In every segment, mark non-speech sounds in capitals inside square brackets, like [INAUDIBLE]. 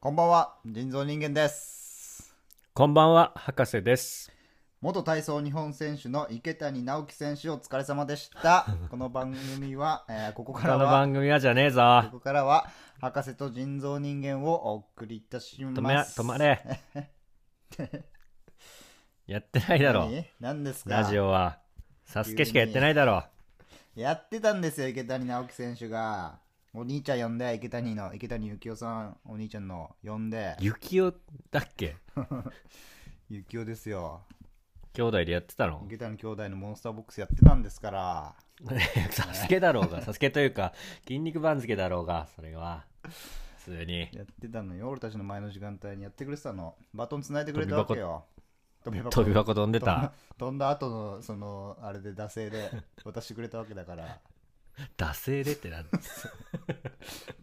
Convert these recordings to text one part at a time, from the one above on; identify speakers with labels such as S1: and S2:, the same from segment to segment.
S1: こんばんは、人造人間です。
S2: こんばんは、博士です。
S1: 元体操日本選手の池谷直樹選手お疲れ様で
S2: [LAUGHS]
S1: した。この番組は、えーここ
S2: こ
S1: から
S2: の
S1: は、
S2: 番組はじゃねえぞ。
S1: ここからは、博士と人造人間をお送りいたし
S2: 止めな、
S1: ます。
S2: 止まれ。
S1: [LAUGHS]
S2: やってないだろ。
S1: 何何ですか
S2: ラジオは。サスケしかやってないだろ。
S1: やってたんですよ、池谷直樹選手が。お兄ちゃん呼んで、池谷の、池谷幸雄さん、お兄ちゃんの呼んで、
S2: ゆきおだっけ
S1: 幸雄ですよ。
S2: 兄弟でやってたの
S1: 池谷兄弟のモンスターボックスやってたんですから。
S2: [LAUGHS] サスケだろうが、サスケというか、筋肉番付だろうが、それは。普通に。
S1: やってたのよ俺たちの前の時間帯にやってくれてたのバトンつないでくれたわけよ飛び
S2: 飛び箱飛んでた。
S1: 飛んだ後のそのあれで惰性
S2: [LAUGHS]
S1: で渡してくれたわけだから
S2: 惰性でって
S1: [LAUGHS]
S2: なんだ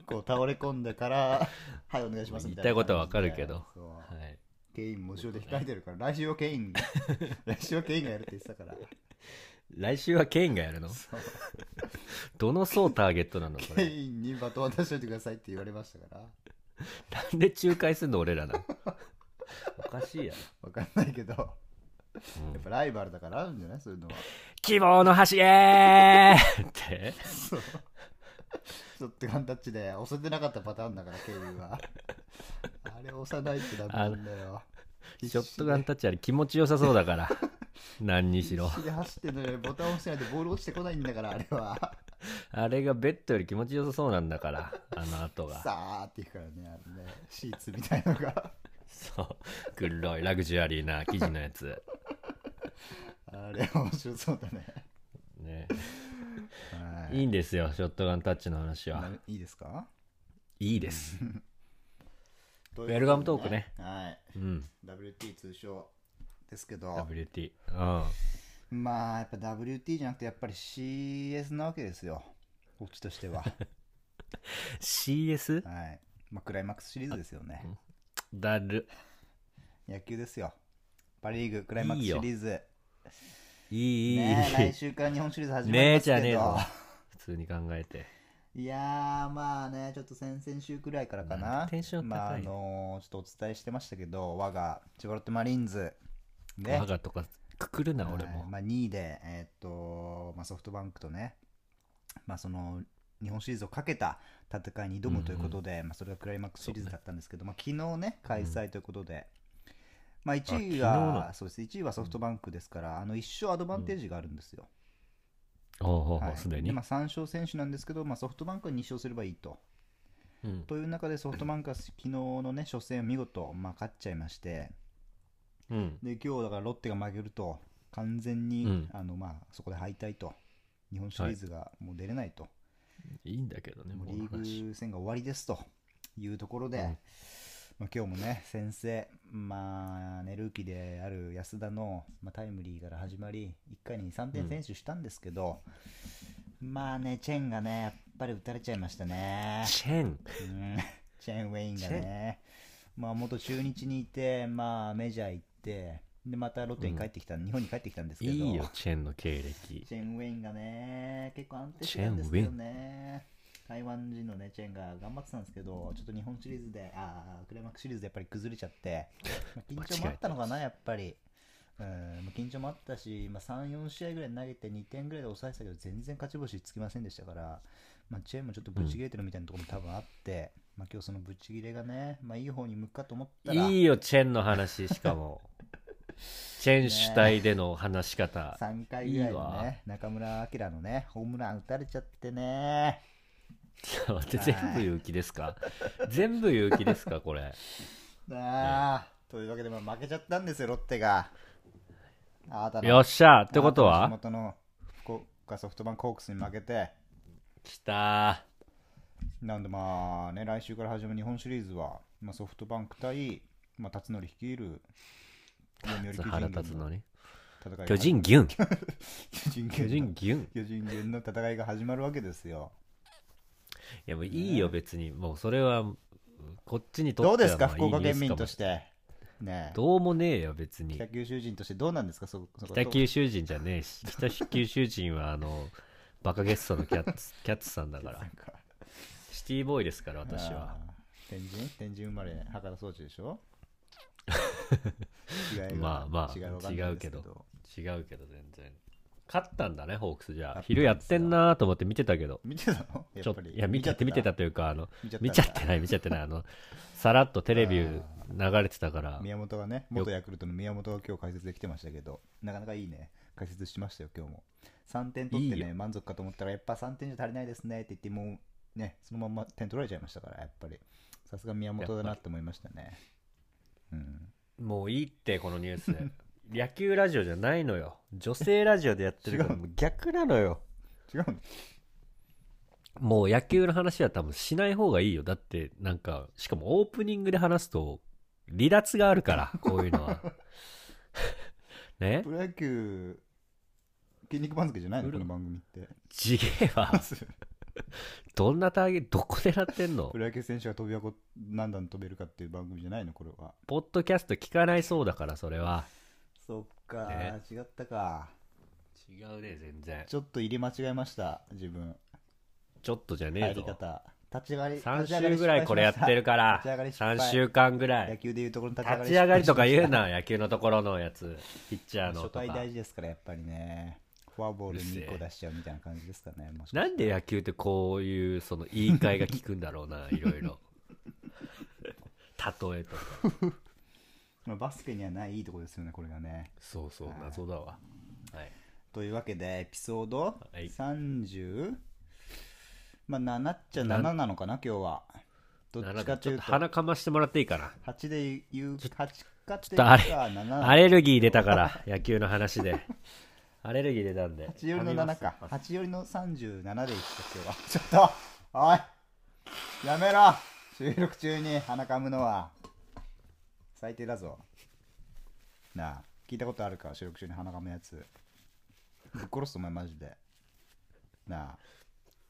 S1: こう倒れ込んでから [LAUGHS] 「はいお願いします」みたいな
S2: 言いたいことはわかるけど
S1: そう
S2: はい。
S1: ケインも後ろで控えてるから来週はケイン
S2: [LAUGHS]
S1: 来週はケインがやるって言ってたから
S2: 来週はケインがやるの
S1: そう
S2: [LAUGHS] どの層ターゲットなのそ
S1: ケ
S2: れ。
S1: インにバトン渡しといてくださいって言われましたから
S2: なんで仲介すんの俺らなのおかしいや
S1: わかんないけど
S2: ろ。うん
S1: やっぱライバルだからあるんじゃないそういうのは
S2: 希望の橋へーって
S1: そう。ちょっとガンタッチで押せてなかったパターンだから、ケインは。あれ押さないってダメなんだよ。
S2: ショットガンタッチあれ気持ちよさそうだから何にしろ
S1: 必死で走ってんのにボタン押してないとボール落ちてこないんだから、あれは。
S2: あれがベッドより気持ちよさそうなんだからあの後が
S1: さーっていくからね、あのね、シーツみたいのが。
S2: そう黒いラグジュアリーな生地のやつ
S1: あれ面白そうだね。
S2: ね
S1: はい。
S2: いいんですよショットガンタッチの話は
S1: なるいいですか
S2: いいです
S1: ウ
S2: ウェルカムトークね。
S1: はい。
S2: うん
S1: WT 通称ですけど、
S2: WT うん
S1: まあ、やっぱ WT じゃなくて、やっぱり CS なわけですよ。こっちとしては。
S2: CS?
S1: はい。まあ、クライマックスシリーズですよね。
S2: だる
S1: 野球ですよ。パ・リーグクライマックスシリーズ。
S2: いいいい
S1: ねえ
S2: い
S1: 来
S2: い
S1: 週から日本シリーズ始まり
S2: ね
S1: ま
S2: え
S1: す
S2: じゃね
S1: け
S2: え
S1: ど
S2: ぞ。普通に考えて
S1: いやー、まあね、ちょっと先々週くらいからか
S2: なん
S1: な。
S2: かテンション高い
S1: まあ、あのーちょっとお伝えしてましたけど、我が千葉ロッテマリーンズ。ね
S2: 我。がとかくくるな俺
S1: はい
S2: も
S1: まあ、2位で、えーっと、まあ、ソフトバンクとね、まあ、その、日本シリーズをかけた戦いに挑むということで、まあ、それがクライマックスシリーズだったんですけど、まあ、昨日ね、開催ということで、まあ、1位
S2: あ昨日
S1: は、
S2: の
S1: そうです、1位はソフトバンクですから、あの、1勝アドバンテージがあるんですよ。
S2: おうおう
S1: は
S2: お
S1: いう
S2: すで
S1: で
S2: に
S1: まあ、3勝選手なんですけど、まあ、ソフトバンクは2勝すればいいと。
S2: うん
S1: という中で、ソフトバンクは昨日のね、初戦を見事、まあ、勝っちゃいまして、
S2: うん
S1: で今日だからロッテが負けると完全に、
S2: うん
S1: あのまあそこで敗退と日本シリーズがもう出れないと、
S2: いいんだけどね
S1: も
S2: も
S1: う
S2: う
S1: リ
S2: この話
S1: ーグ戦が終わりですというところで、
S2: うん
S1: まあ、今日もね先生まあねルーキーである安田の、まあ、タイムリーから始まり1回に3点先取したんですけど、まあねチェンがねやっぱり打たれちゃいましたね。
S2: チ
S1: う
S2: ェン
S1: んチェーン・ウェインがね、まあ、元中日にいて、まあ、メジャー行って、でまたロッテに帰ってきた、日本に帰ってきたんですけ
S2: い
S1: ど、
S2: いよチェンの
S1: [LAUGHS]
S2: 経歴
S1: チェーン・ウェインがね、結構安定してたんですけどね、台湾人の、ね、チェーンが頑張ってたんですけど、ちょっと日本シリーズで、あークライマックスシリーズでやっぱり崩れちゃ [LAUGHS] って、まあ、緊張もあったのかな、やっぱり。うんまあ緊張もあったし、まあ、3、4試合ぐらい投げて2点ぐらいで抑えてたけど全然勝ち星つきませんでしたから、まあ、チェーンもちょっとブチ切れてるみたいなところも多分あって、まあ、今日そのブチ切れがね、まあ、いい方に向くかと思ったら
S2: いいよチェンの話し
S1: [LAUGHS]
S2: かもチェン主体での話し方、
S1: 3回ぐらいの
S2: いい
S1: ね中村晃のねホームラン打たれちゃってね。
S2: ちょっと待って [LAUGHS] 全部勇気ですか全部勇気です
S1: [LAUGHS]
S2: かこれ
S1: なあ、というわけで、まあ、負けちゃったんですよ、ロッテが。あなたの
S2: よっしゃってこと
S1: あな
S2: は
S1: たの地元の福岡ソフトバンクホークスに負けて、
S2: きた
S1: なんでまあね、来週から始まる日本シリーズは、まあ、ソフトバンク対、まあ、辰徳率いる読売巨人
S2: ー腹
S1: 軍
S2: 立つの
S1: の
S2: に
S1: 戦いが
S2: 巨人ギ
S1: [LAUGHS]
S2: ュン
S1: 巨人
S2: 巨
S1: 軍
S2: 人
S1: の
S2: ギュンい
S1: 巨人軍の戦いが始まるわけですよ。
S2: やもういいよ別にもうそれはこっちにとって
S1: ど
S2: は
S1: うですか、
S2: まあ
S1: 福岡県民としてて。ねえ
S2: どうもねえよ別に
S1: 北九州人としてどうなんですか、そそこ
S2: 北九州人じゃねえし北九州人はあの
S1: [LAUGHS]
S2: バカゲストのキャッツキャッツさんだから
S1: なんか
S2: シティボーイですから私は
S1: あー天神天神生まれ博多装置でし [LAUGHS] ょ違いが
S2: まあまあ
S1: 違いは分かんないん
S2: 違
S1: で
S2: う
S1: す
S2: け
S1: け
S2: ど
S1: ど
S2: 違うけど全然勝ったんだねホークスじゃあ
S1: 勝ったんですよ
S2: 昼やってんなーと思って見てたけど
S1: 見てたの
S2: ち
S1: や
S2: ょ
S1: っ
S2: っ
S1: ぱ
S2: と
S1: り
S2: いや見ちゃって見てたというかあの
S1: 見ちゃった
S2: 見ちゃってない見ちゃってないあのさらっとテレビ流れてたか
S1: [LAUGHS]
S2: ら
S1: 宮本がね元ヤクルトの宮本が今日解説できてましたけどなかなかいいね解説しましたよ今日も3点取って
S2: いい
S1: ね満足かと思ったらやっぱ3点じゃ足りないですねって言ってもうねそのまんま点取られちゃいましたからやっぱりさすが宮本だなって思いましたねうん
S2: もういいってこのニュース
S1: [LAUGHS]
S2: 野球ラジオじゃないのよ女性ラジオでやってるか
S1: 違
S2: ら
S1: う
S2: もう逆なのよ
S1: 違うの
S2: もう野球の話は多分しない方がいいよだってなんかしかもオープニングで話すと離脱があ
S1: [LAUGHS]
S2: るからこういうのは [LAUGHS] ね
S1: プロ野球筋肉番付じゃないのこ
S2: プロ
S1: の番組って
S2: ちげえわどんなターゲットどこ狙ってんの
S1: [LAUGHS] プロ野球選手が飛び箱何段飛べるかっていう番組じゃないのこれは
S2: ポッドキャスト聞かないそうだからそれは
S1: そっか、
S2: ね
S1: 違ったか
S2: 違うね全然
S1: ちょっと入れ間違えました自分
S2: ちょっとじゃねえ
S1: 入り
S2: ぞ
S1: 方立ち上がり
S2: 3週ぐらいこれやってるから
S1: 立ち上がり失敗
S2: 3週間ぐらい
S1: 野球でいうところの立ち上がり
S2: 立ち上がりとか言うな、野球のところのやつ、ピッチャーの
S1: 初
S2: と
S1: 回
S2: か
S1: 大。事ですからやっぱりねフォアボール
S2: うるせえ
S1: 2個出しちゃうみたいな感じですかねもしかして
S2: なんで野球ってこういうその言い換えが効くんだろう [LAUGHS] な、いろいろ。例えとか。
S1: まあバスケにはないいいところですよねこれがね
S2: そうそう
S1: はい、
S2: 謎だわ。はい。
S1: というわけでエピソード
S2: はい
S1: 30まあ7っちゃ7なのかな今日はどっ
S2: な
S1: ち
S2: んか
S1: か
S2: ち
S1: と
S2: ょ
S1: い
S2: っ
S1: う
S2: と
S1: と
S2: 鼻かましてもらっていいかな。
S1: 8で言う8かっていう
S2: ちょっとあれ
S1: か7
S2: アレルギー出た [LAUGHS] から、野球の話で。アレルギー出たんで。
S1: 8寄りの7か
S2: 噛みます
S1: 8寄りの37でいった今日はちょっとおいやめろ収録中に鼻かむのは最低だぞなあ聞いたことあるか収録中に鼻かむやつぶっ殺すお前マジでな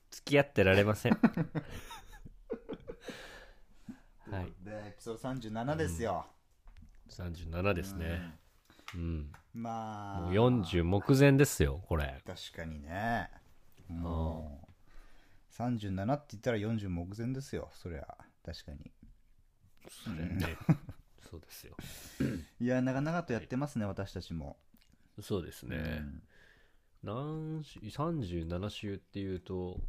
S2: 付き合ってられません。
S1: あ
S2: はい
S1: でエピソード37ですよ、
S2: 37ですね。うん。
S1: まあ
S2: もう40目前ですよ、これ。
S1: 確かにねもう37って言ったら40目前ですよそりゃ確かに
S2: それね。そうですよ。
S1: いや長々とやってますね、私たちも
S2: そうですね。何週37週っていうと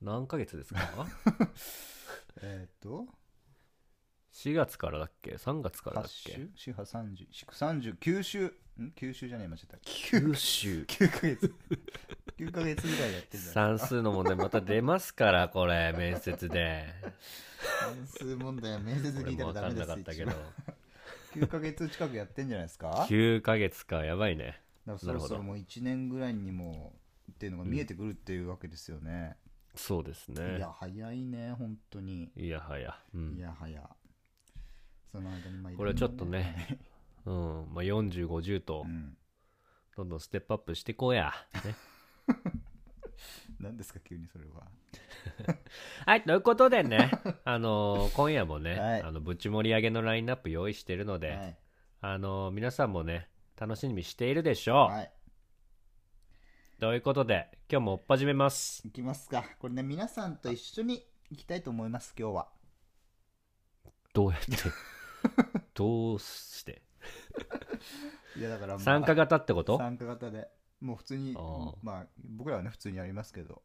S2: 何ヶ
S1: [LAUGHS]
S2: 月ですか
S1: えっ、と
S2: ?4 月からだっけ ?3 月からだ
S1: 8
S2: っけ
S1: 週四波30 30 9週ん9週じゃねえ間違えた
S2: 九週
S1: 9ヶ月9ヶ月ぐらいやってんだ
S2: 算数の問題また出ますからこれ面接で
S1: 算数問題は面接
S2: こ
S1: で
S2: れ
S1: 聞いた
S2: も
S1: ら
S2: 分
S1: ダ
S2: か
S1: メ
S2: ん
S1: で
S2: な
S1: す
S2: かったけど
S1: 9ヶ月近くやってんじゃないですか
S2: 9ヶ月かやばいね
S1: だからそろそろもう1年ぐらいにもっていうのが見えてくるっていうわけですよね、
S2: そうです
S1: い
S2: ね
S1: や早いね本当に
S2: いやはや、うん、
S1: いやはやその間にまあ
S2: これちょっとね、うんまあ、4050と
S1: いろいろねうん、
S2: どんどんステップアップしてこうや、ね、
S1: 何ですか急にそれは
S2: はい、ということ
S1: [LAUGHS]
S2: でね、あのー今夜もね、
S1: はい
S2: あのぶち盛り上げのラインナップ用意してるので、
S1: はい
S2: あのー皆さんもね、楽しみにしているでしょう。
S1: はい
S2: ということで、今日もおっ始めます。
S1: いきますかこれね皆さんと一緒に行きたいと思います今日は
S2: どうや
S1: [LAUGHS]
S2: って、どうして、
S1: いやだから、まあ
S2: 参加型ってこと
S1: 参加型でもう普通に
S2: あー
S1: まあ僕らはね普通にやりますけど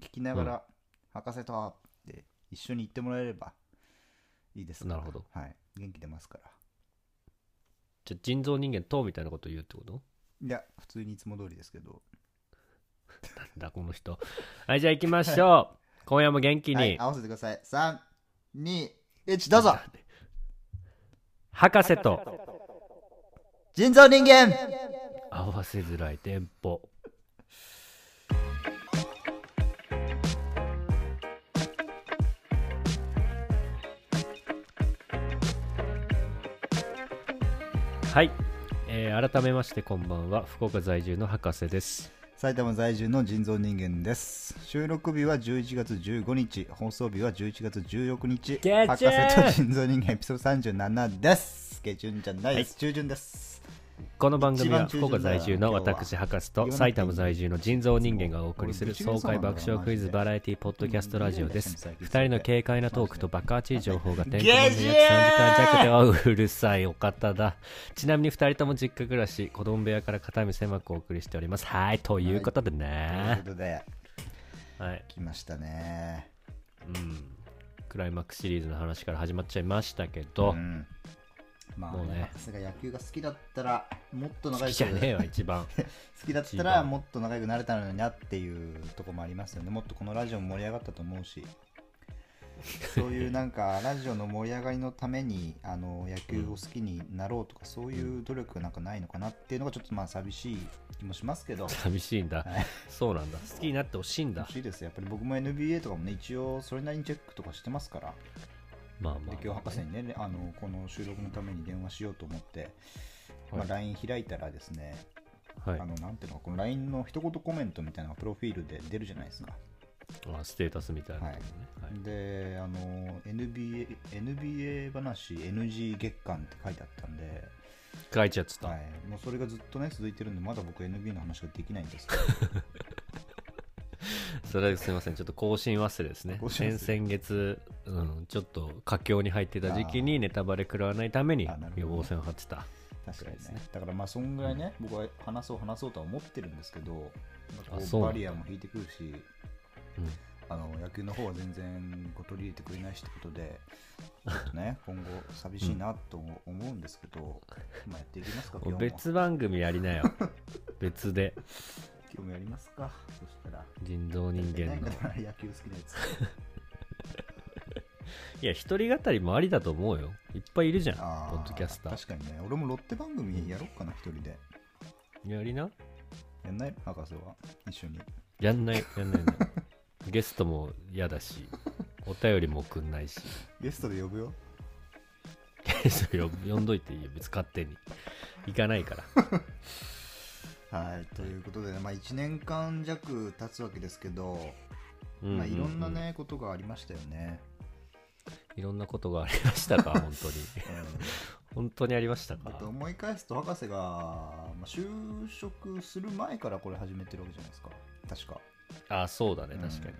S1: 聞きながら「博士と!」って一緒に行ってもらえればいいですから
S2: なるほど
S1: はい元気出ますから
S2: じゃ人造人間とみたいなこと言うってこと
S1: いや普通にいつも通りですけど
S2: なんだ、こ
S1: [LAUGHS]
S2: の人。はい、じゃあ行きましょう。今夜も元気に。
S1: はい合わせてください321どうぞ
S2: 博士と
S1: 人造人間
S2: 合わせづらいテンポ。はい、えー改めましてこんばんは福岡在住の博士です
S1: 埼玉在住の人造人間です収録日は11月15日放送日は11月16日
S2: ケチュン
S1: 博士と人造人間エピソード37です下旬じゃないです、中旬です
S2: この番組は
S1: 一番中
S2: 福岡
S1: 心だよ
S2: 在住の私博士と埼玉在住の人造人間がお送りする爽快爆笑クイズバラエティポッドキャストラジオです2人の軽快なトークとバカ熱い情報がてんこ盛りの約3時間弱ではうるさいお方だちなみに2人とも実家暮らし子供部屋から片身狭くお送りしておりますはいということで
S1: という
S2: ね
S1: ことで、
S2: はい、
S1: 来ましたね。
S2: うん、クライマックスシリーズの話から始まっちゃいましたけど、
S1: うんまあ
S2: もうね
S1: ね、博士が野球が好きだったら、もっと長
S2: 好
S1: い
S2: きじゃねえわ
S1: [LAUGHS]
S2: 一番
S1: 好きだった
S2: 一
S1: ら
S2: 番
S1: もっと仲良くなれたのになっていうとこもありますよねもっとこのラジオも盛り上がったと思うしそういうなんかラジオの盛り上がりのためにあの野球を好きになろうとかそういう努力がなんかないのかなっていうのがちょっとまあ寂しい気もしますけど
S2: 寂しいん
S1: は
S2: だ
S1: い
S2: そうなんだ好きになってほしいんだ
S1: 欲しいですよやっぱり僕も NBA とかもね一応それなりにチェックとかしてますから
S2: まあまあまあ
S1: で今日博士にねねあのこの収録のために電話しようと思って、ま
S2: は
S1: あ、
S2: い
S1: LINE 開いたらですね、
S2: はい
S1: あのなんていうのこの LINE の一言コメントみたいなのがプロフィールで出るじゃないですか
S2: あステータスみたいなとこね、はい
S1: であの NBA, NBA 話 NG 月間って書いてあったんで、
S2: 書いちゃってた、
S1: はい、もうそれがずっとね続いてるんでまだ僕 NBA の話ができないんです
S2: [LAUGHS]
S1: けど
S2: それすみませんちょっと更新忘れですね
S1: 更新忘
S2: 先
S1: れ
S2: 々月、うん、ちょっと佳境に入ってた時期にネタバレ食らわないために
S1: あなるほどね
S2: 予防線を張ってた
S1: 確かに
S2: です
S1: ね
S2: ね
S1: だからまあそんぐらいね、僕は話そう話そうとは思ってるんですけどまあ
S2: あ
S1: こ
S2: そうう
S1: バ
S2: なんだ
S1: リアも引いてくるし
S2: うん
S1: あの野球の方は全然こう取り入れてくれないしってことでちょっと
S2: [LAUGHS]
S1: ね今後寂しいなと思うんですけど、まあやっていきますか今日も
S2: 別番組やりな
S1: [LAUGHS]
S2: よ別で
S1: 今日もやりますかそしたら
S2: 人造人間の
S1: だから野球好きなやつ
S2: いや一人語りもありだと思うよいっぱいいるじゃんポ
S1: あ
S2: ッドキャスター
S1: 確かにね俺もロッテ番組やろっかな一人で
S2: やりな
S1: やんない博士は一緒に
S2: やんないやんないやんない [LAUGHS] ゲストも嫌だしお便りも送んないし [LAUGHS]
S1: ゲストで呼ぶよ
S2: ゲスト呼呼んどいていいよ別に勝手に行かないから
S1: はいということでね、まあ、1年間弱経つわけですけど、
S2: うんうんうん
S1: まあ、いろんなねことがありましたよね、
S2: いろんなことがありまし
S1: [LAUGHS]
S2: たか本当に本当にありました
S1: うん、だって
S2: か
S1: 思い返すと博士が、まあ、就職する前からこれ始めてるわけじゃないですか確か
S2: あそうだね確かに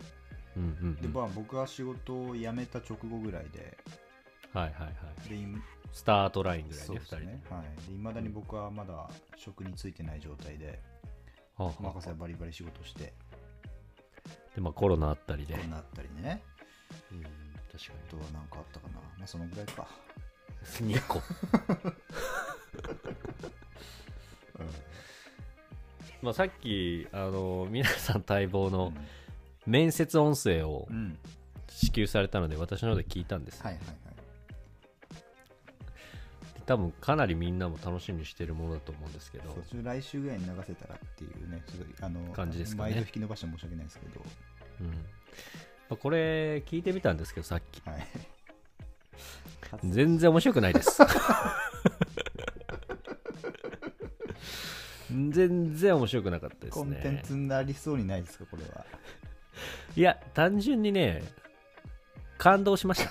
S2: うんうん、う
S1: で、
S2: ん、
S1: ま
S2: はい
S1: あ、僕は仕事を辞めた直後ぐらいで
S2: はいはい
S1: で今
S2: スタートラインぐらい
S1: そう
S2: ね
S1: で
S2: 二
S1: す
S2: 人
S1: ねはいで未だに僕はまだ職についてない状態で
S2: はあは
S1: 博士はバリバリ仕事して
S2: あでまあコロナあったりで、
S1: こ
S2: [LAUGHS]
S1: うなったりね
S2: うん、確か
S1: あとは何かあったかなまあそのぐらいか
S2: に2個
S1: [LAUGHS]
S2: まあさっきあの皆さん待望
S1: うん
S2: の面接音声を
S1: うん
S2: 支給されたので私の方で聞いたんです、
S1: はいはいはい
S2: で多分かなりみんなも楽しみにしてるものだと思うんですけ
S1: そ
S2: ど
S1: うちょっと来週ぐらいに流せたらっていうねちょっとあの
S2: 感じですかね
S1: 毎度引き伸ばして申し訳ないですけど
S2: うんまあこれ聞いてみたんですけどさっき
S1: はい
S2: 全然面白くないです [LAUGHS] 全然面白くなかったです
S1: コ
S2: ね
S1: ンテンツになりそうにないですかこれはい
S2: や単純にね感動しま
S1: [LAUGHS]
S2: した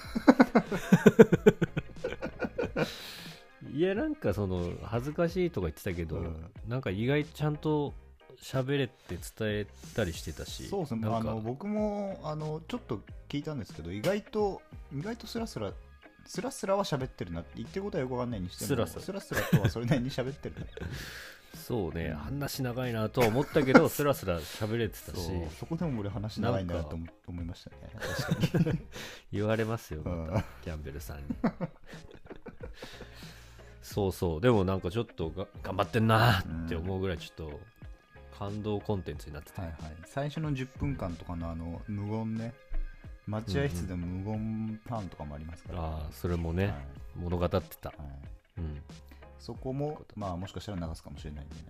S2: いやなんかその恥ずかしいとか言ってたけど、
S1: うん
S2: なんか意外とちゃんと喋れて伝えたりしてたし
S1: そうですね
S2: な
S1: あ
S2: んか
S1: の僕もあのちょっと聞いたんですけど意外と意外とスラスラスラスラは喋ってるなって言ってることはよくわかんないにしても
S2: スラスラ
S1: スラスラとはそれなりに喋ってるな
S2: [LAUGHS]
S1: って
S2: そうね、
S1: うん
S2: 話長いなとは思った
S1: [LAUGHS]
S2: けどスラスラ喋れてたし
S1: そうそこでも俺話長いんだなと思思いましたね確かに
S2: 言われますよま
S1: うん
S2: たキャンベルさんに [LAUGHS] そうそうでもなんかちょっとが頑張ってんなーって思うぐらいちょっと感動コンテンツになってた
S1: はいはい、最初の10分間とかのあの無言ね待合室でも無言パンとかもありますから、
S2: ああそれもね、
S1: はい
S2: 物語ってた、
S1: はい、
S2: うん、
S1: そこもまあもしかしたら流すかもしれないんでね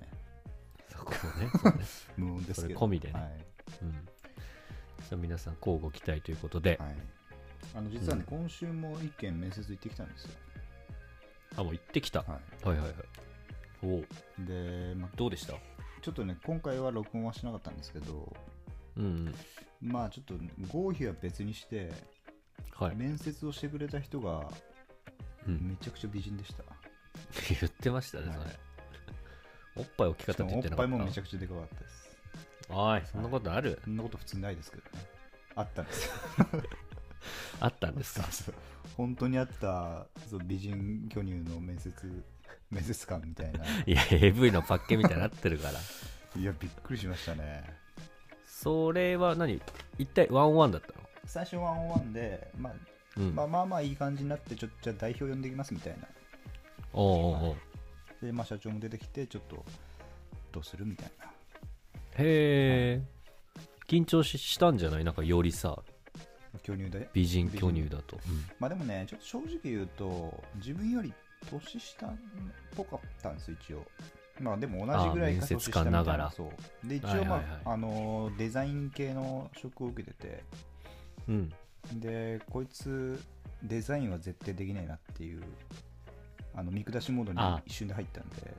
S2: そこも
S1: [LAUGHS]
S2: ねそうね、
S1: 無音ですけど
S2: それ込みでね
S1: はい
S2: うん、さあ皆さん交互期待ということで、
S1: はい、あの実はね、今週も一件面接行ってきたんですよ、
S2: あもう行ってきた、
S1: は
S2: はい、はいはいおう
S1: い、で、まあ、
S2: どうでした
S1: ちょっとね今回は録音はしなかったんですけど
S2: うん、うん、
S1: まあちょっと合否は別にして、
S2: はい、
S1: 面接をしてくれた人が
S2: うん、
S1: めちゃくちゃ美人でした、
S2: 言ってましたねそれ、
S1: はい
S2: おっぱい大きかったって
S1: お
S2: 言
S1: っ
S2: ってな
S1: ぱ
S2: か
S1: い
S2: っ
S1: もめち
S2: た
S1: ゃくちゃでかかったです。
S2: おいそんなことある
S1: そんなこと普通ないですけどね。あったん [LAUGHS] ですよ。
S2: あったんですか
S1: そう本当にあったそう美人巨乳の面接、面接官みたいな。
S2: いや AV のパッケみたいになってる
S1: [LAUGHS]
S2: から
S1: いや、びっくりしましたね。
S2: それは何一体ワンワンだったの
S1: 最初ワンオンワンで、まあ、
S2: うん、
S1: まあまあまあいい感じになって、ちょっとじゃあ代表呼んできますみたいな。
S2: おうおうおう
S1: で、まあ社長も出てきて、ちょっと、どうするみたいな。
S2: へえ緊張ししたんじゃないなんかよりさ
S1: 巨乳で。
S2: 美人巨乳だと、
S1: まあでもね、ちょっと正直言うと、自分より年下っぽかったんです、一応。まあでも同じぐらいか年
S2: あー面接
S1: 下
S2: 官
S1: みた
S2: ないが
S1: な。
S2: ら
S1: そう。で、一
S2: は
S1: 応、
S2: いはい
S1: まあ
S2: はい、
S1: あのーデザイン系の職を受けてて、
S2: うんうん
S1: で、こいつ、デザインは絶対できないなっていう、あの見下しモードに
S2: あ
S1: 一瞬で入ったんで、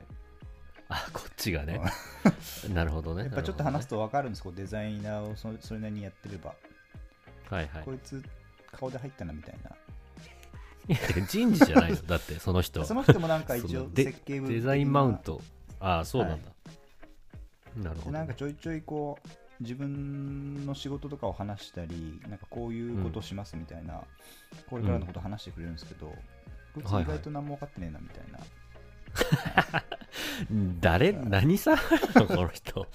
S2: あこっちがね [LAUGHS] なるほどね
S1: やっぱちょっと話す
S2: と、
S1: と分かるんです、こうデザイナーをそそれなりにやってれば、
S2: はいはい
S1: こいつ、顔で入ったなみたいな。
S2: いや人事じゃない
S1: [LAUGHS]
S2: のだってその人は
S1: その人もなんか一
S2: そ
S1: 応
S2: の、で
S1: 設計部
S2: デザインマウン
S1: ト
S2: トああそうなんだ、なるほ
S1: で
S2: ど
S1: なんかちょいちょいこう自分の仕事とかを話したりなんかこういうことしますみたいな、これからのこと話してくれるんですけど、こいつ
S2: はい
S1: 意
S2: はい
S1: 外と何も分かってねえなみたいな、
S2: 誰何さ [LAUGHS] この人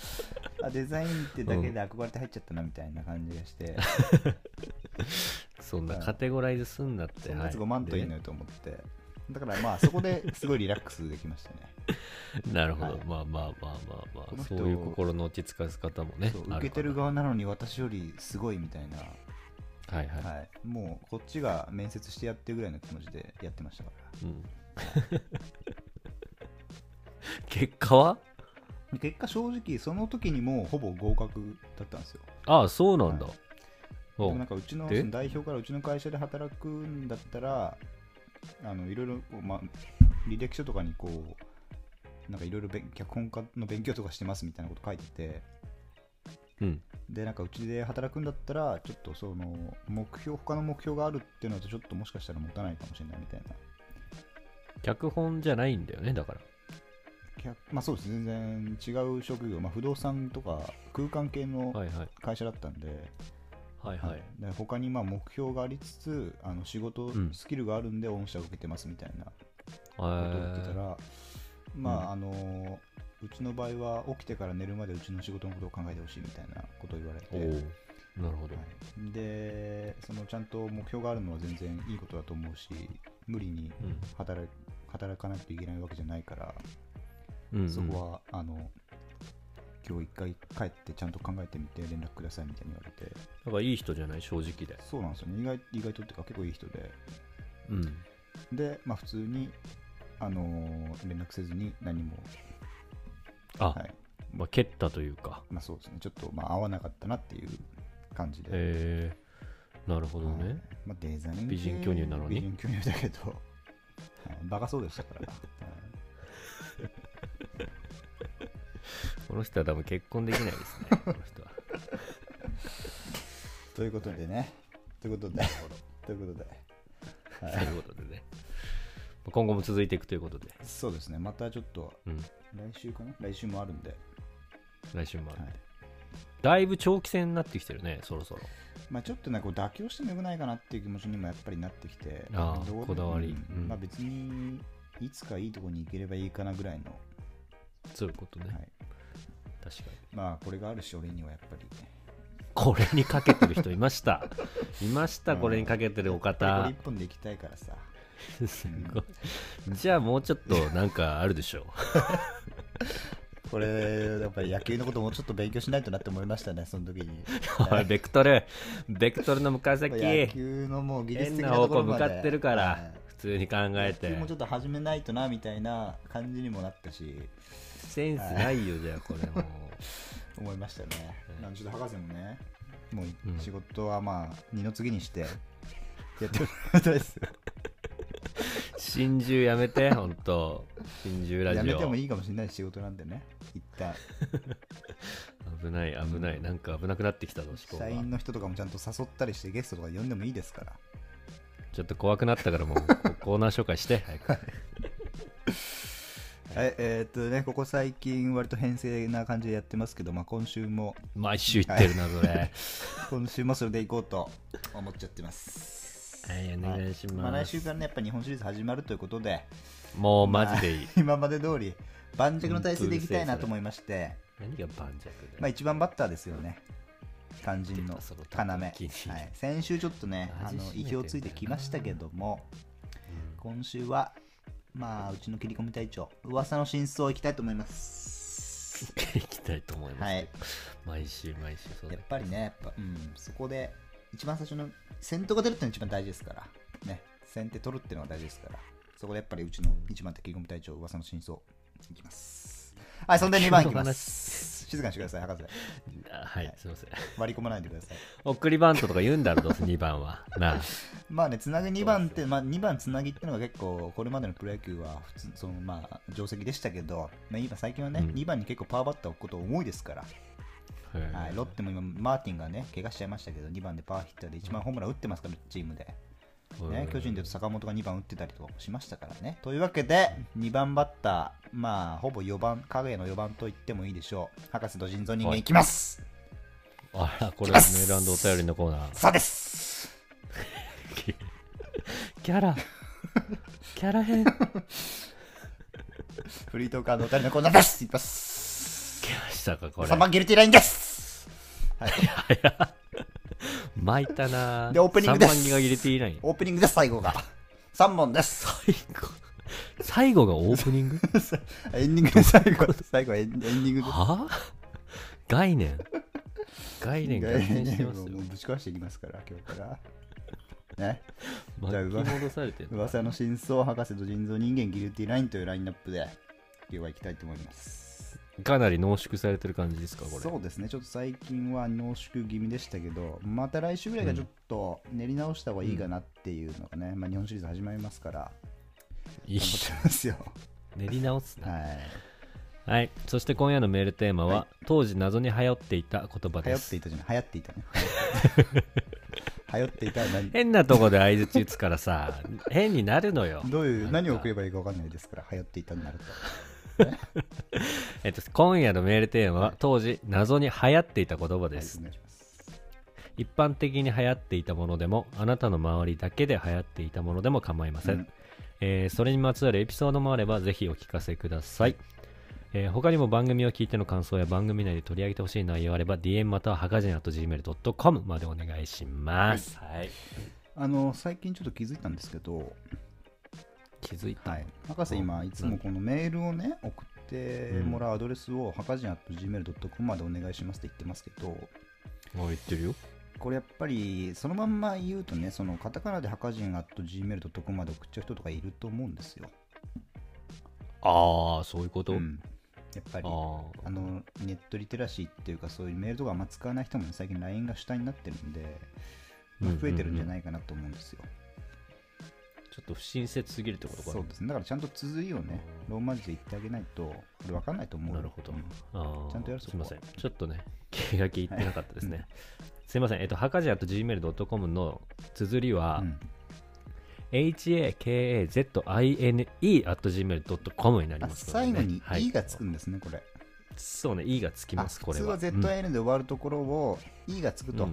S1: あデザインってだけで憧れて入っちゃったなみたいな感じがして、
S2: そんなカテゴライズすんなって
S1: そんなやつ
S2: は
S1: 5万といいのよと思って、だからまあそこですごいリラックスできましたね
S2: なるほ
S1: は
S2: ど、
S1: い
S2: まあまあまあまあま
S1: こ
S2: あ
S1: の
S2: そ
S1: 人
S2: ういう心の落ち着かせ方もね
S1: そう受
S2: ある
S1: け
S2: か
S1: て
S2: ら
S1: る側なのに私よりすごいみたいな、
S2: はいはい、
S1: はい、もうこっちが面接してやってるぐらいの気持ちでやってましたから
S2: うん [LAUGHS] 結果は
S1: で結果正直その時にもうほぼ合格だったんですよ
S2: ああそうなんだ、
S1: は
S2: おう
S1: でもなんかうちの
S2: で
S1: その代表からうちの会社で働くんだったらあのいろいろこう、まあ、履歴書とかにこうなんかいろいろべん脚本家の勉強とかしてますみたいなこと書いてて
S2: うん
S1: でなんかうちで働くんだったらちょっとその目標他の目標があるっていうのだとちょっともしかしたら持たないかもしれないみたいな
S2: 脚本じゃないんだよねだから
S1: 脚まあそうです全然違う職業、まあ、不動産とか空間系の
S2: はいはい
S1: 会社だったんで、
S2: はい
S1: は
S2: はいい、
S1: で他にまあ目標がありつつあの仕事、
S2: うん
S1: スキルがあるんで御社を受けてますみたいな
S2: え
S1: ことを言ってた
S2: ー
S1: ら、まああのーうちの場合は起きてから寝るまでうちの仕事のことを考えてほしいみたいなことを言われて、
S2: おお
S1: は
S2: なるほど、
S1: い、でそのちゃんと目標があるのは全然いいことだと思うし無理に
S2: うん
S1: 働働かないといけないわけじゃないから、
S2: うんうん
S1: そこはあの今日一回帰ってちゃんと考えてみて連絡くださいみたいに言われて
S2: なんかいい人じゃない正直で
S1: そうなんですよね意外意外とっていうか結構いい人で。
S2: うん
S1: で、まあ、普通に、あのー連絡せずに何も、
S2: あ、
S1: はい
S2: まあ蹴ったというか
S1: まあ、そうですねちょっと、まあ、合わなかったなっていう感じで、
S2: えー、なるほど
S1: はい
S2: ね、
S1: まあ、デザイン系
S2: 美人巨乳なのに
S1: 美人巨乳だけど、はいバカそうでしたから、はい
S2: この人は多分結婚できないです [LAUGHS] ねこの人は
S1: ということでねということでということで
S2: ということでね今後も続いていくということで、
S1: そうですねまたちょっと
S2: うん、
S1: 来週かな来週もあるんで、
S2: 来週もある、
S1: はい
S2: だいぶ長期戦になってきてるねそろそろ
S1: まあ、ちょっとねこう妥協してもよくないかなっていう気持ちにもやっぱりなってきて
S2: あー
S1: どうで
S2: こだわり
S1: うん
S2: うん
S1: まあ、別にいつかいいとこに行ければいいかなぐらいの
S2: そういうことね、
S1: はい
S2: 確かに
S1: まあこれがあるし俺にはやっぱり
S2: これにかけてる人いました [LAUGHS] いましたこれにかけてるお
S1: これ
S2: 方
S1: 一本で行きたいからさ
S2: すごいじゃあもうちょっとなんかあるでしょ
S1: これやっぱり野球のこともうちょっと勉強しないとなって思いましたねその時
S2: [LAUGHS]
S1: に [LAUGHS]
S2: うおいベクトルベクトルの向かい先
S1: 野球のもう技術
S2: 変
S1: 的
S2: な
S1: なと
S2: 方
S1: ころ
S2: 向
S1: ま
S2: 向
S1: で
S2: かってるか
S1: は
S2: ら
S1: い
S2: 普通に考えて
S1: 野球もちょっと始めないとなみたいな感じにもなったし
S2: センスないよじゃあこれもう
S1: 思いましたね、なんでちょっと博士もねもうい
S2: うん
S1: 仕事はまあ二の次に
S2: [LAUGHS]
S1: してやってもらいたいですよ
S2: 心中やめて本当心中ラジ
S1: や
S2: オ
S1: めてもいいかもしれない仕事なんでね一旦
S2: 危ない危ないなんか危なくなってきたぞ思考
S1: 社
S2: が
S1: 員の人とかもちゃんと誘ったりしてゲストとか呼んでもいいですから [LAUGHS]
S2: ちょっと怖くなったからもうココーナー紹介して早く
S1: えはい、えーっとね、ここ最近、割と編成な感じでやってますけど、まあ、今週も、
S2: 毎週言ってるな、それ。はい、
S1: 今週もそれでいこうと思っちゃってます。
S2: お願いし
S1: まあ、
S2: ま
S1: 来
S2: す
S1: 週。からね、やっぱ日本シリーズ始まるということで、 [LAUGHS]
S2: もうマジでいい
S1: ま。あ今まで通り、盤石の体制でいきたいなと思いまして、
S2: 何が盤石
S1: まあ、
S2: だよ。
S1: 一番バッターですよね。肝心の
S2: 出たその
S1: 要、は
S2: 叩
S1: い
S2: きに、
S1: 先週ちょっとねあ
S2: 味
S1: の
S2: しめてんだよな
S1: 意表をついてきましたけども今週はまあうちの切り込み隊長噂の真相いきたいと思い
S2: [LAUGHS]
S1: ます
S2: 行きたいと思います。
S1: はい
S2: 毎週毎週そうだ
S1: やっぱりねやっぱ、うん、そこで一番最初の先頭が出るっていうのが一番大事ですからね先手取るっていうのが大事ですからそこでやっぱりうちの一番手切り込み隊長噂の真相いきますはいそんで2番いき [LAUGHS] ます静かにしてください博士
S2: あはい、すいません。
S1: 割り込まないでください
S2: 送りバントとか言うんだろ、どうせ2番は。なあ。
S1: まあね、つなぎ2番って、まあ、2番つなぎってのが結構、これまでのプロ野球は普通、そのまあ、定石でしたけど、まあ、今、最近はね、
S2: うん
S1: 2番に結構パワーバッターを置くこと多いですから、 [LAUGHS] は、
S2: はい
S1: ロッテも今、マーティンがね、怪我しちゃいましたけど、2番でパワーヒッターで一番ホームラン打ってますから、チームで。ね、巨人で言うと坂本が2番打ってたりとかもしましたからね。というわけで、2番バッター、まあ、ほぼ4番、影の4番と言ってもいいでしょう。博士と人造人間いきます、
S2: あら、これメールお便りのコーナ
S1: [LAUGHS]
S2: ー。
S1: さあです
S2: キャラ。キャラ編。
S1: フリートーカーのお二人のコーナーですいきます
S2: 来ましたか、これ。
S1: 3番ギルティラインです
S2: 巻いたなぁ
S1: でオープニングです
S2: 3番ギガ入れていない。
S1: オープニングです最後が3本です
S2: 最後。最後がオープニング
S1: エンディングです最後最後エンエンディングです
S2: はぁ概念。概念が変してますよ。
S1: もうぶち壊していきますから今日からね
S2: 巻き戻されてる。
S1: 噂の真相博士と人造人間ギルティラインというラインナップで今日はいきたいと思います
S2: かなり濃縮されてる感じですか、これ。
S1: そうですねちょっと最近は濃縮気味でしたけどまた来週ぐらいがちょっと練り直した方がいいかなっていうのがね、まあ、日本シリーズ始まりますから
S2: いい
S1: 頑張ってますよ
S2: 練り直すな。 [LAUGHS]
S1: はい
S2: はい、そして今夜のメールテーマは、
S1: は
S2: 当時謎に流行っていた言葉
S1: 流
S2: で
S1: 行っ
S2: す
S1: ていたじゃない流行っていたね
S2: [LAUGHS]
S1: 流行っていたは何
S2: 変なとこで相づち打つか
S1: [LAUGHS]
S2: らさ変になるのよ
S1: どういう
S2: なんか
S1: 何を送ればいいか分かんないですから流行っていたになると
S2: えっと、今夜のメールテーマ
S1: は
S2: はい当時謎に流行っていた言葉です、
S1: はいお願いします
S2: 一般的に流行っていたものでもあなたの周りだけで流行っていたものでも構いません、
S1: うん
S2: えーそれにまつわるエピソードもあればぜひお聞かせください、えー他にも番組を聞いての感想や番組内で取り上げてほしい内容あれば DM またははかじん .gmail.com までお願いします、はい、
S1: あの最近ちょっと気づいたんですけど、
S2: 気づいた、
S1: はい、博士今
S2: うん
S1: いつもこのメールをね送ってもらうアドレスをはかじん .gmail.com までお願いしますって言ってますけど
S2: もう言ってるよ
S1: これやっぱりそのまんま言うとねそのカタカナではかじん .gmail.com まで送っちゃう人とかいると思うんですよ、
S2: ああそういうこと、
S1: うん、やっぱり
S2: ああ
S1: あのネットリテラシーっていうかそういうメールとかあんま使わない人もね最近 LINE が主体になってるんで、まあ
S2: うんうんうん
S1: 増えてるんじゃないかなと思うんですよ、
S2: ちょっと不親切すぎるってことかな
S1: そうですねだからちゃんと綴りをねローマ字で言ってあげないとこれ分かんないと思う
S2: なるほ
S1: う
S2: ど、
S1: ん
S2: あー
S1: ちゃんとやる
S2: す
S1: そ
S2: い
S1: こは
S2: ませんちょっとね [LAUGHS] 気が利いてなかったですね、すいませんえっとはかじあと gmail.com の綴りは、
S1: うん
S2: hakazine.gmail.com になり
S1: あ
S2: ますので
S1: 最
S2: ね、
S1: 後に
S2: はい
S1: E がつくんですね、これ。
S2: そうね E がつき
S1: あ
S2: ますこ
S1: 普
S2: れ
S1: 通は
S2: は
S1: ZN で終わるところを E がつく
S2: う
S1: と
S2: ん、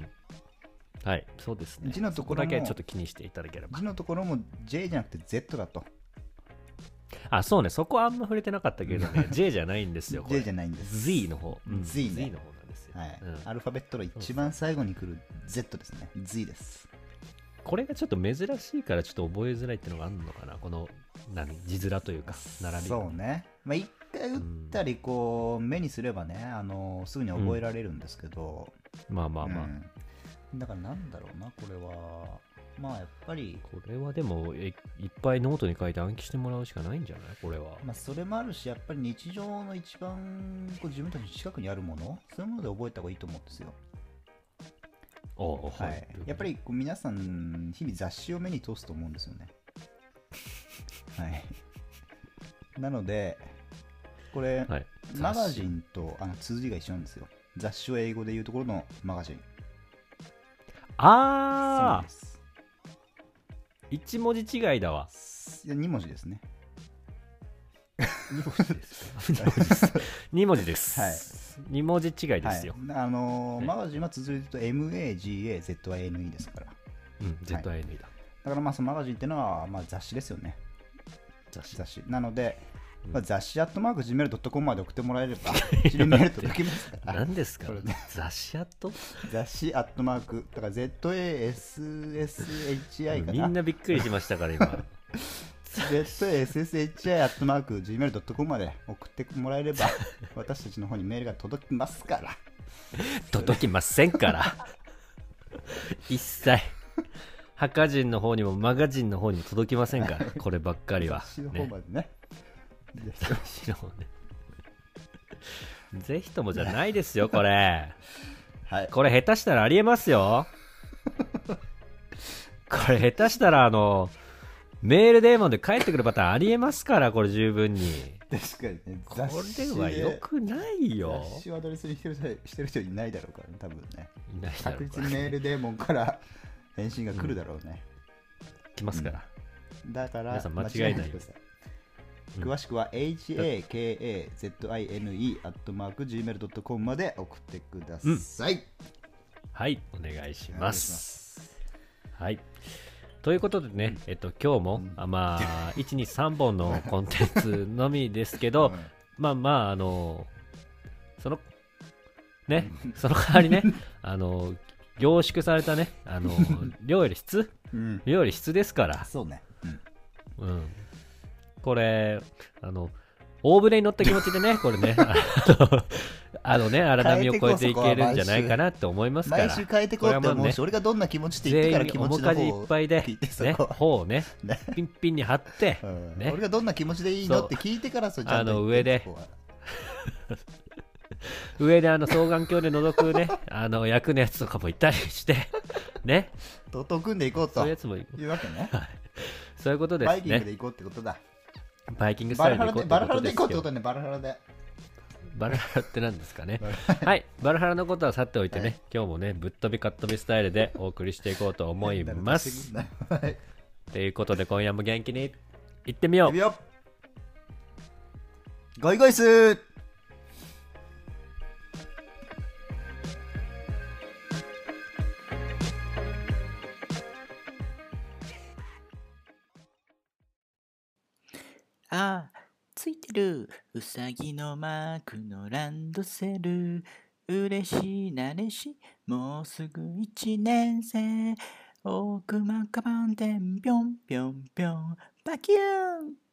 S2: はいそうですね
S1: 字のところも
S2: そだけはちょっと気にしていただければ
S1: 字のところも J じゃなくて Z だと。
S2: あそうねそこはあんま触れてなかったけど
S1: [LAUGHS]
S2: ね J じゃないんですよこれ
S1: J じゃないんです。
S2: Z の方、
S1: Z ね
S2: の方なんですよ、
S1: はい
S2: うん
S1: アルファベットの一番最後に来る Z ですね。Z です。
S2: これがちょっと珍しいからちょっと覚えづらいっていうのがあるのかなこの何字面というか並びが
S1: そうね。まあ、一回打ったり、こう、目にすればね、あのすぐに覚えられるんですけど、
S2: まあまあまあ、
S1: うんだからなんだろうな、これは。まあ、やっぱり、
S2: これはでもえいっぱいノートに書いて暗記してもらうしかないんじゃないこれは、
S1: まあ、それもあるし、やっぱり日常の一番こう自分たちの近くにあるもの、そういうもので覚えた方がいいと思うんですよ。
S2: ああ
S1: はい、やっぱりこう皆さん、日々雑誌を目に通すと思うんですよ
S2: [LAUGHS]
S1: ね。はい、なので、これ、
S2: はい
S1: マガジンとあの通じが一緒なんですよ。雑誌を英語で言うところのマガジン。
S2: あ
S1: そう
S2: あ一文字違いだわ
S1: ですいや。2文字ですね。
S2: 二文字ですか。二文字です。
S1: はい
S2: 二文字違いですよ。
S1: はい、あのー
S2: ね
S1: マガジンは続いてると MAGAZINE ですから。
S2: うん、ZINE
S1: だ
S2: だ。
S1: からまあそのマガジンっていうのはまあ雑誌ですよね。
S2: 雑誌。
S1: 雑誌。なので、
S2: うん
S1: まあ、雑誌アットマーク Gmail.com まで送ってもらえれ
S2: [LAUGHS]
S1: ば、知りメール届きますから。
S2: 何ですか
S1: これね
S2: 雑誌アット
S1: 雑誌アットマーク、だから ZASSHI か
S2: み
S1: な。
S2: んなびっくりしましたから今。
S1: ZASSHI アットマーク Gmail.com まで送ってもらえれ
S2: [LAUGHS]
S1: ば、私たちの方にメールが届きますから。
S2: 届きません
S1: [LAUGHS]
S2: から。一切。ハカジンの方にもマガジンの方にも届きませんから、こればっかりは。
S1: 雑誌の方
S2: ね
S1: までね。ぜひ
S2: 雑誌の方ね。 [LAUGHS] ぜひともじゃないですよ、これ。
S1: はい。
S2: これ下手したらありえますよ。これ下手したらあの、メールデーモンで帰ってくるパターンありえますから、これ十分に。
S1: 確かにね、
S2: これは良くないよ。
S1: 雑誌をアドレスにしてる人してる人いないだろうからね、多分ね。
S2: いないだろ
S1: 確
S2: う
S1: 実
S2: か
S1: に
S2: ら。
S1: メールデーモンから返信が来るだろうね。
S2: 来ますから。
S1: だから、
S2: 皆さん間違えないよ
S1: 間でくださ
S2: うん
S1: 詳しくは hakazine.gmail.com まで送ってください。
S2: はい、お願いし
S1: お願
S2: ま。
S1: いしますす。
S2: はい。ということでね、えっと、今日も、あま
S1: [LAUGHS]
S2: あ、1、2、3本のコンテンツのみですけど、まあまあ、あの、その、ね、 [LAUGHS] その代わりね、あの、凝縮されたね、あ
S1: [LAUGHS]
S2: の、量より質
S1: うん、うん
S2: 量より質ですから、
S1: そうね。うん
S2: うん。これ、あの、大船に乗った気持ちでね、こ
S1: [LAUGHS]
S2: れね、あの、あのね、荒波を越えていけるんじゃないかなと思いますから。
S1: 毎週変えてこうって
S2: これはも
S1: 思
S2: う
S1: う
S2: ね
S1: し、俺がどんな気持ちって言って
S2: 全
S1: から
S2: 員
S1: 気持
S2: 面
S1: ちの
S2: 舵い
S1: 方
S2: っ
S1: を
S2: ぱいで
S1: 聞いて、そ
S2: ね、
S1: こ
S2: 頬をね、
S1: ね
S2: ピンピンに張って
S1: [LAUGHS] う、ん
S2: ね
S1: 俺がどんな気持ちでいいのって聞いてからそうちゃんと
S2: あの上で
S1: 言ってそこは
S2: 上であの双眼鏡で覗くね、あの役のやつとかもいたりして、ね、
S1: とと組んでいこう
S2: そう
S1: と
S2: いう
S1: い
S2: やつも、
S1: うわけね。
S2: そういうことで
S1: バイ
S2: す
S1: キング
S2: ね
S1: で。行こうってことだ。
S2: バイキングス
S1: バ
S2: タイ
S1: ル
S2: ル
S1: ハ
S2: で
S1: ラ
S2: 行こう
S1: で
S2: っ
S1: バルハラで
S2: てことです
S1: 行こうって
S2: よ
S1: こと。ね、バルハラで。
S2: バルハラって何ですかね
S1: バル。
S2: [LAUGHS] はい、バルハラのことはさておいて
S1: は
S2: ね、今日もね、ぶっ飛びかっ飛びスタイルでお送りしていこうと思 [LAUGHS] い
S1: [LAUGHS]
S2: ます。
S1: はい。
S2: ということで、今夜も元気に行ってみよ
S1: 行
S2: う
S1: くよゴイゴイスー
S3: あーついてるうさぎのマークのランドセル嬉しいなれしもうすぐ一年生大熊カバンテンぴょんぴょんぴょんバキューン